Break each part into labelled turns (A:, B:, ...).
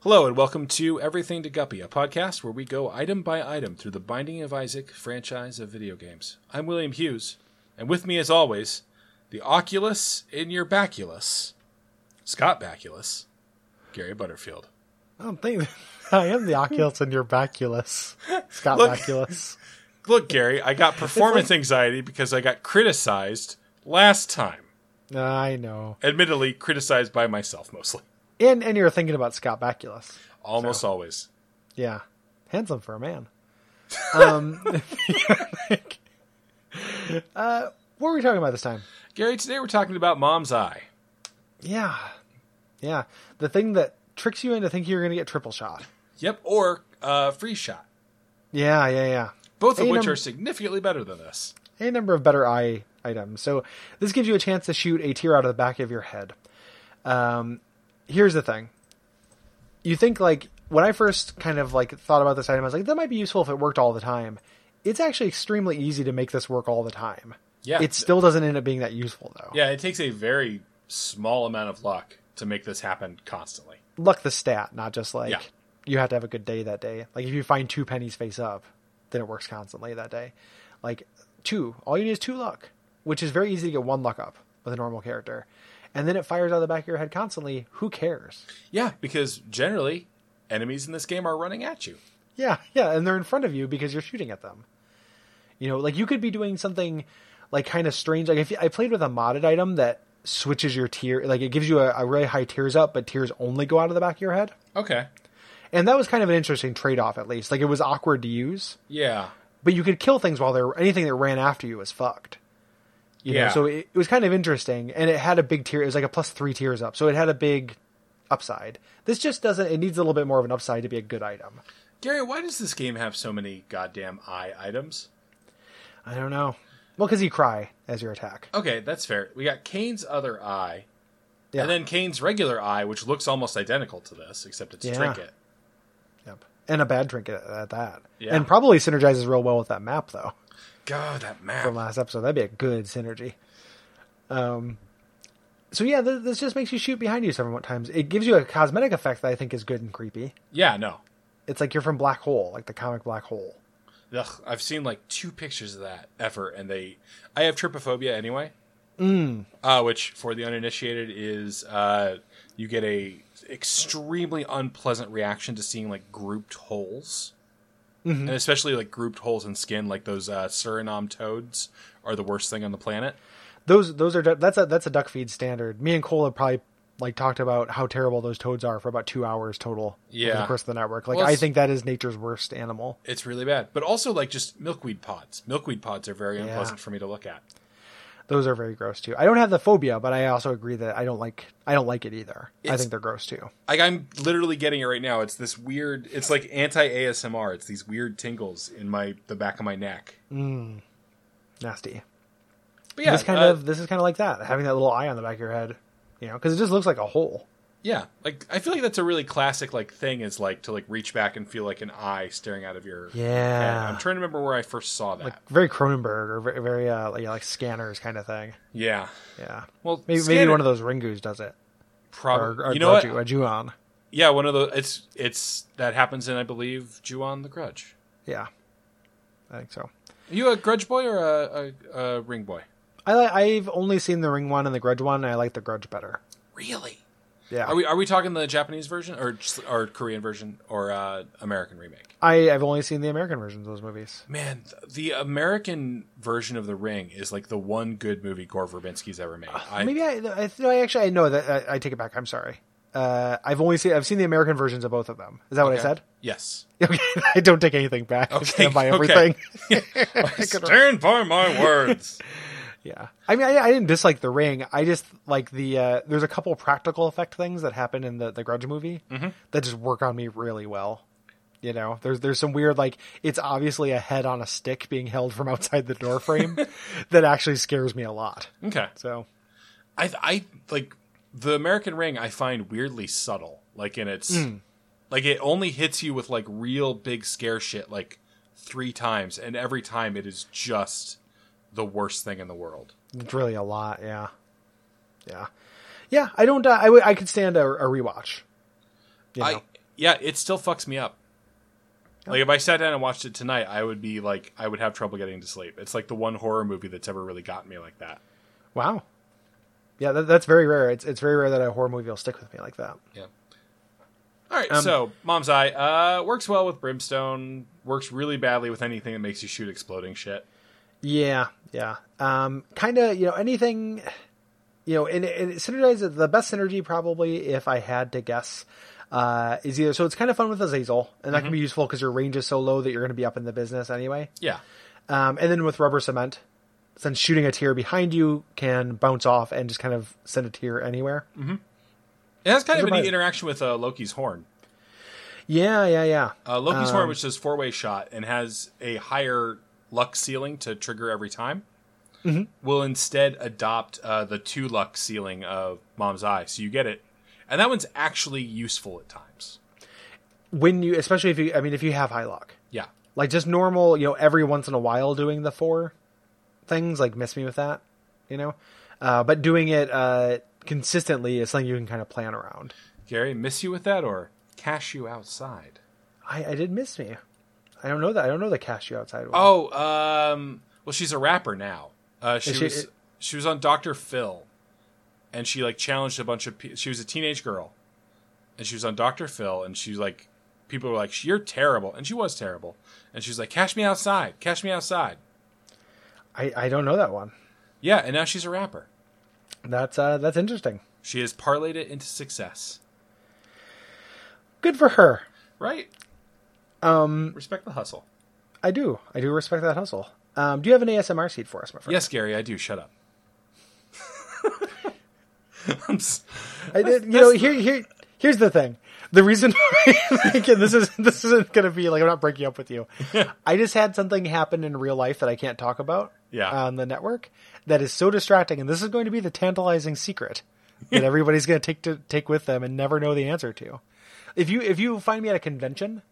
A: Hello, and welcome to Everything to Guppy, a podcast where we go item by item through the Binding of Isaac franchise of video games. I'm William Hughes, and with me, as always, the Oculus in your Baculus, Scott Baculus, Gary Butterfield.
B: I don't think I am the Oculus and your Baculus. Scott
A: Look.
B: Baculus.
A: Look, Gary, I got performance anxiety because I got criticized last time.
B: I know.
A: Admittedly, criticized by myself mostly.
B: And and you're thinking about Scott Baculus.
A: Almost always.
B: Yeah. Handsome for a man. Um uh, what were we talking about this time?
A: Gary, today we're talking about Mom's Eye.
B: Yeah. Yeah. The thing that tricks you into thinking you're gonna get triple shot.
A: Yep, or uh, Free Shot.
B: Yeah, yeah, yeah.
A: Both of
B: Hey,
A: which
B: num-
A: are significantly better than this.
B: a number of better eye items. So this gives you a chance to shoot a tear out of the back of your head. Um, here's the thing. You think like when I first kind of like thought about this item, I was like, that might be useful if it worked all the time. It's actually extremely easy to make this work all the time.
A: Yeah.
B: It still doesn't end up being that useful though.
A: Yeah, it takes a very small amount of luck to make this happen constantly.
B: Luck the stat, not just like
A: Yeah.
B: you have to have a good day that day. Like if you find two pennies face up, then it works constantly that day. Like two, all you need is two luck, which is very easy to get one luck up with a normal character. And then it fires out of the back of your head constantly. Who cares?
A: Yeah, because generally enemies in this game are running at you.
B: Yeah, yeah, and they're in front of you because you're shooting at them. You know, like you could be doing something like kind of strange. Like if I played with a modded item that switches your tier, like it gives you a, a really high tiers up, but tiers only go out of the back of your head.
A: Okay.
B: And that was kind of an interesting trade off, at least. Like it was awkward to use,
A: Yeah.
B: but you could kill things while they're anything that ran after you was fucked. You
A: Yeah.
B: know, so it, it was kind of interesting, and it had a big tier. It was like a plus three tiers up, so it had a big upside. This just doesn't. It needs a little bit more of an upside to be a good item.
A: Gary, why does this game have so many goddamn eye items?
B: I don't know. Well, because you cry as your attack.
A: Okay, that's fair. We got Kane's other eye,
B: Yeah.
A: and then Kane's regular eye, which looks almost identical to this, except it's a
B: Yeah.
A: trinket.
B: Yep. And a bad drink at, at that.
A: Yeah.
B: And probably synergizes real well with that map though.
A: God, that
B: From uh,
A: map.
B: last episode, that'd be a good synergy. Um. So yeah, th- this just makes you shoot behind you several times. It gives you a cosmetic effect that I think is good and creepy.
A: Yeah, no.
B: It's like you're from Black Hole, like the comic Black Hole.
A: Ugh, I've seen like two pictures of that ever, and they. I have trypophobia anyway. Mm. Uh, which, for the uninitiated, is uh, you get a extremely unpleasant reaction to seeing like grouped holes, and especially like grouped holes in skin, like those uh, Suriname toads are the worst thing on the planet.
B: Those those are du- that's a that's a duck feed standard. Me and Cole have probably like talked about how terrible those toads are for about two hours total. Over
A: Yeah.
B: the course of the network, like
A: Well,
B: I
A: it's-
B: think that is nature's worst animal.
A: It's really bad, but also like just milkweed pods. Milkweed pods are very unpleasant for me to look at.
B: those are very gross too. I don't have the phobia, but I also agree that I don't like I don't like it either. I
A: It's-
B: think they're gross too.
A: Like I'm literally getting it right now. It's this weird. It's like anti ASMR. It's these weird tingles in my the back of my neck.
B: Mm. Nasty.
A: But yeah,
B: this kind
A: uh,
B: of this is kind of like that, having that little eye on the back of your head, you know, because it just looks like a hole.
A: yeah. Like I feel like that's a really classic like thing is like to like reach back and feel like an eye staring out of your head.
B: Yeah.
A: I'm trying to remember where I first saw that.
B: Very Cronenberg or very, very uh, like, yeah, like scanners kind of thing.
A: yeah.
B: Yeah.
A: Well,
B: Maybe maybe one of those Ringus does it. Or,
A: probably.
B: or
A: Uh, you know what?
B: Goju- a Juon.
A: Yeah, one of those. It's it's that happens in I believe Juon the Grudge.
B: Yeah. I think so.
A: Are you a Grudge boy or a, a, a Ring boy?
B: I li- I've only seen the Ring one and the Grudge one, and I like the Grudge better.
A: Really?
B: Yeah.
A: Are we are we talking the Japanese version or just- or Korean version or uh, American remake?
B: I I've only seen the American versions of those movies.
A: Man, th- the American version of The Ring is like the one good movie Gore Verbinski's ever made. I,
B: Maybe I, I no, I actually I know that I, I take it back. I'm sorry. Uh, I've only seen I've seen the American versions of both of them. Is that what I said?
A: yes.
B: Okay, I don't take anything back. I stand by
A: okay.
B: everything.
A: Stand by my words.
B: yeah, I mean, I, I didn't dislike the ring. I just like the uh, there's a couple practical effect things that happen in the the Grudge movie that just work on me really well. You know, there's there's some weird like it's obviously a head on a stick being held from outside the door frame that actually scares me a lot.
A: Okay.
B: So
A: I I like the American Ring. I find weirdly subtle, like in its like it only hits you with like real big scare shit like three times, and every time it is just the worst thing in the world.
B: It's really a lot, yeah, yeah, yeah. I don't. Uh, I would. I could stand a, a rewatch. You know?
A: I yeah, it still fucks me up. Like if I sat down and watched it tonight, I would be like, I would have trouble getting to sleep. It's like the one horror movie that's ever really gotten me like that.
B: Wow. Yeah, that, that's very rare. It's it's very rare that a horror movie will stick with me like that.
A: Yeah. All
B: Um,
A: right. so Mom's Eye uh, works well with Brimstone. Works really badly with anything that makes you shoot exploding shit.
B: Yeah, yeah. Um, kind of, you know, anything, you know, and, and it synergizes the best synergy probably if I had to guess uh, is either. So it's kind of fun with Azazel, and that can be useful because your range is so low that you're going to be up in the business anyway.
A: Yeah.
B: Um, and then with rubber cement, since shooting a tier behind you can bounce off and just kind of send a tier anywhere.
A: It has kind
B: Those
A: of
B: are
A: a neat
B: my-
A: interaction with uh, Loki's horn.
B: Yeah, yeah, yeah.
A: Uh, Loki's horn, which does four way shot and has a higher luck ceiling to trigger every time, will instead adopt uh, the two luck ceiling of Mom's Eye. So you get it. And that one's actually useful at times.
B: when you, especially if you, I mean, if you have high luck,
A: Yeah.
B: like just normal, you know, every once in a while doing the four things, like miss me with that, you know, uh, but doing it uh, consistently is something you can kind of plan around.
A: Gary, miss you with that or cash you outside?
B: I, I did miss me. I don't know that. I don't know the cash you outside. one.
A: Oh, um, well, she's a rapper now. Uh, she,
B: she-
A: was she was on Doctor Phil, and she like challenged a bunch of. Pe- she was a teenage girl, and she was on Doctor Phil, and she like people were like, "You're terrible," and she was terrible, and she was like, "Cash me outside, cash me outside."
B: I, I don't know that one.
A: Yeah, and now she's a rapper.
B: That's uh, that's interesting.
A: She has parlayed it into success,
B: Good for her.
A: right?
B: Um,
A: Respect the hustle.
B: I do. I do respect that hustle. Um, do you have an ASMR seed for us, my friend?
A: Yes, Gary, I do. Shut up. I'm s-
B: I did. You know, here, here, here's the thing. The reason, why- again, this is this isn't going to be like I'm not breaking up with you. I just had something happen in real life that I can't talk about.
A: Yeah.
B: On the network, that is so distracting, and this is going to be the tantalizing secret that everybody's going to take to take with them and never know the answer to. If you if you find me at a convention,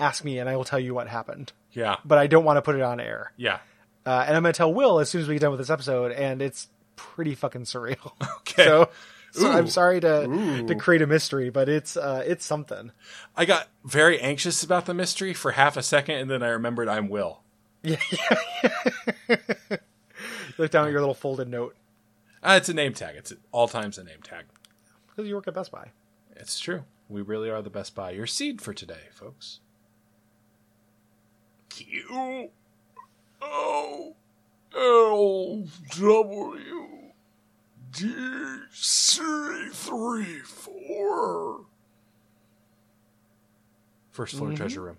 B: ask me, and I will tell you what happened.
A: yeah,
B: But I don't want to put it on air,
A: yeah.
B: uh, and I'm going to tell Will as soon as we get done with this episode, and it's pretty fucking surreal.
A: Okay.
B: So, so
A: Ooh.
B: I'm sorry to to create a mystery, but it's uh, it's something.
A: I got very anxious about the mystery for half a second, and then I remembered I'm Will.
B: Look down at your little folded note
A: Uh, it's a name tag. It's all times a name tag.
B: because you work at Best Buy.
A: It's true. We really are the best buy. Your seed for today, folks. Q O L W D C three four. First floor treasure room.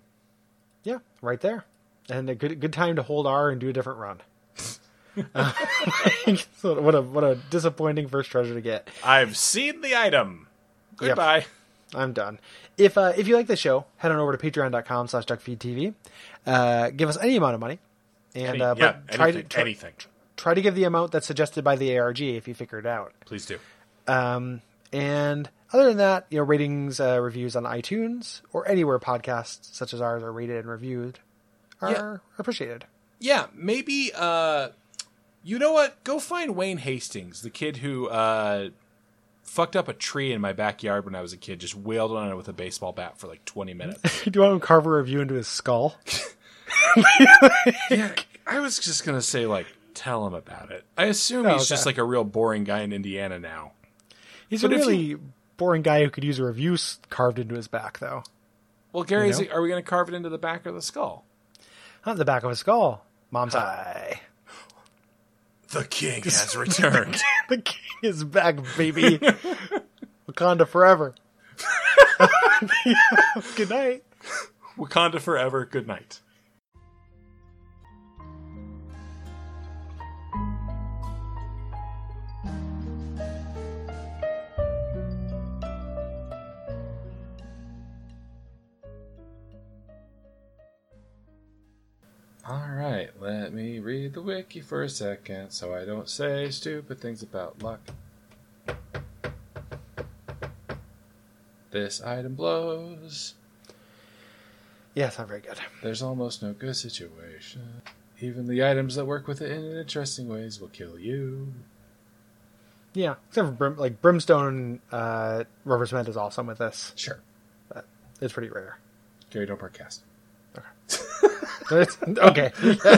B: Yeah, right there, and a good good time to hold R and do a different run. Uh, so what a what a disappointing first treasure to get.
A: I've seen the item. Goodbye.
B: I'm done. If uh, if you like the show, head on over to patreon.com slash duckfeedtv. Uh, give us any amount of money. And
A: Any-
B: uh, but
A: yeah,
B: try to
A: anything,
B: try,
A: anything.
B: try to give the amount that's suggested by the ARG if you figure it out.
A: Please do.
B: Um, and other than that, you know, ratings, uh, reviews on iTunes or anywhere podcasts such as ours are rated and reviewed are
A: Yeah.
B: appreciated.
A: yeah, maybe uh you know what? Go find Wayne Hastings, the kid who uh fucked up a tree in my backyard when I was a kid, just wailed on it with a baseball bat for like 20 minutes.
B: Do you want to carve a review into his skull?
A: yeah, I was just going to say like tell him about it. I assume
B: Oh,
A: he's
B: okay.
A: just like a real boring guy in Indiana now.
B: He's
A: But
B: a
A: if
B: really boring guy who could use a review s- carved into his back, though.
A: Well, Gary, is
B: know?
A: it- are we going to carve it into the back or the skull?
B: Not the back of his skull. Mom's eye.
A: The king has returned.
B: The king is back, baby. Wakanda forever. Good night.
A: Wakanda forever. Good night. All right, let me read the wiki for a second so I don't say stupid things about luck. This item blows.
B: Yes, I'm very good.
A: There's almost no good situation. Even the items that work with it in interesting ways will kill you.
B: Yeah, except for brim, like brimstone, uh, rubber cement is awesome with this.
A: Sure.
B: It's pretty rare.
A: Gary, don't broadcast.
B: It's- okay.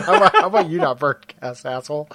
B: how, about, how about you not burnt cast asshole?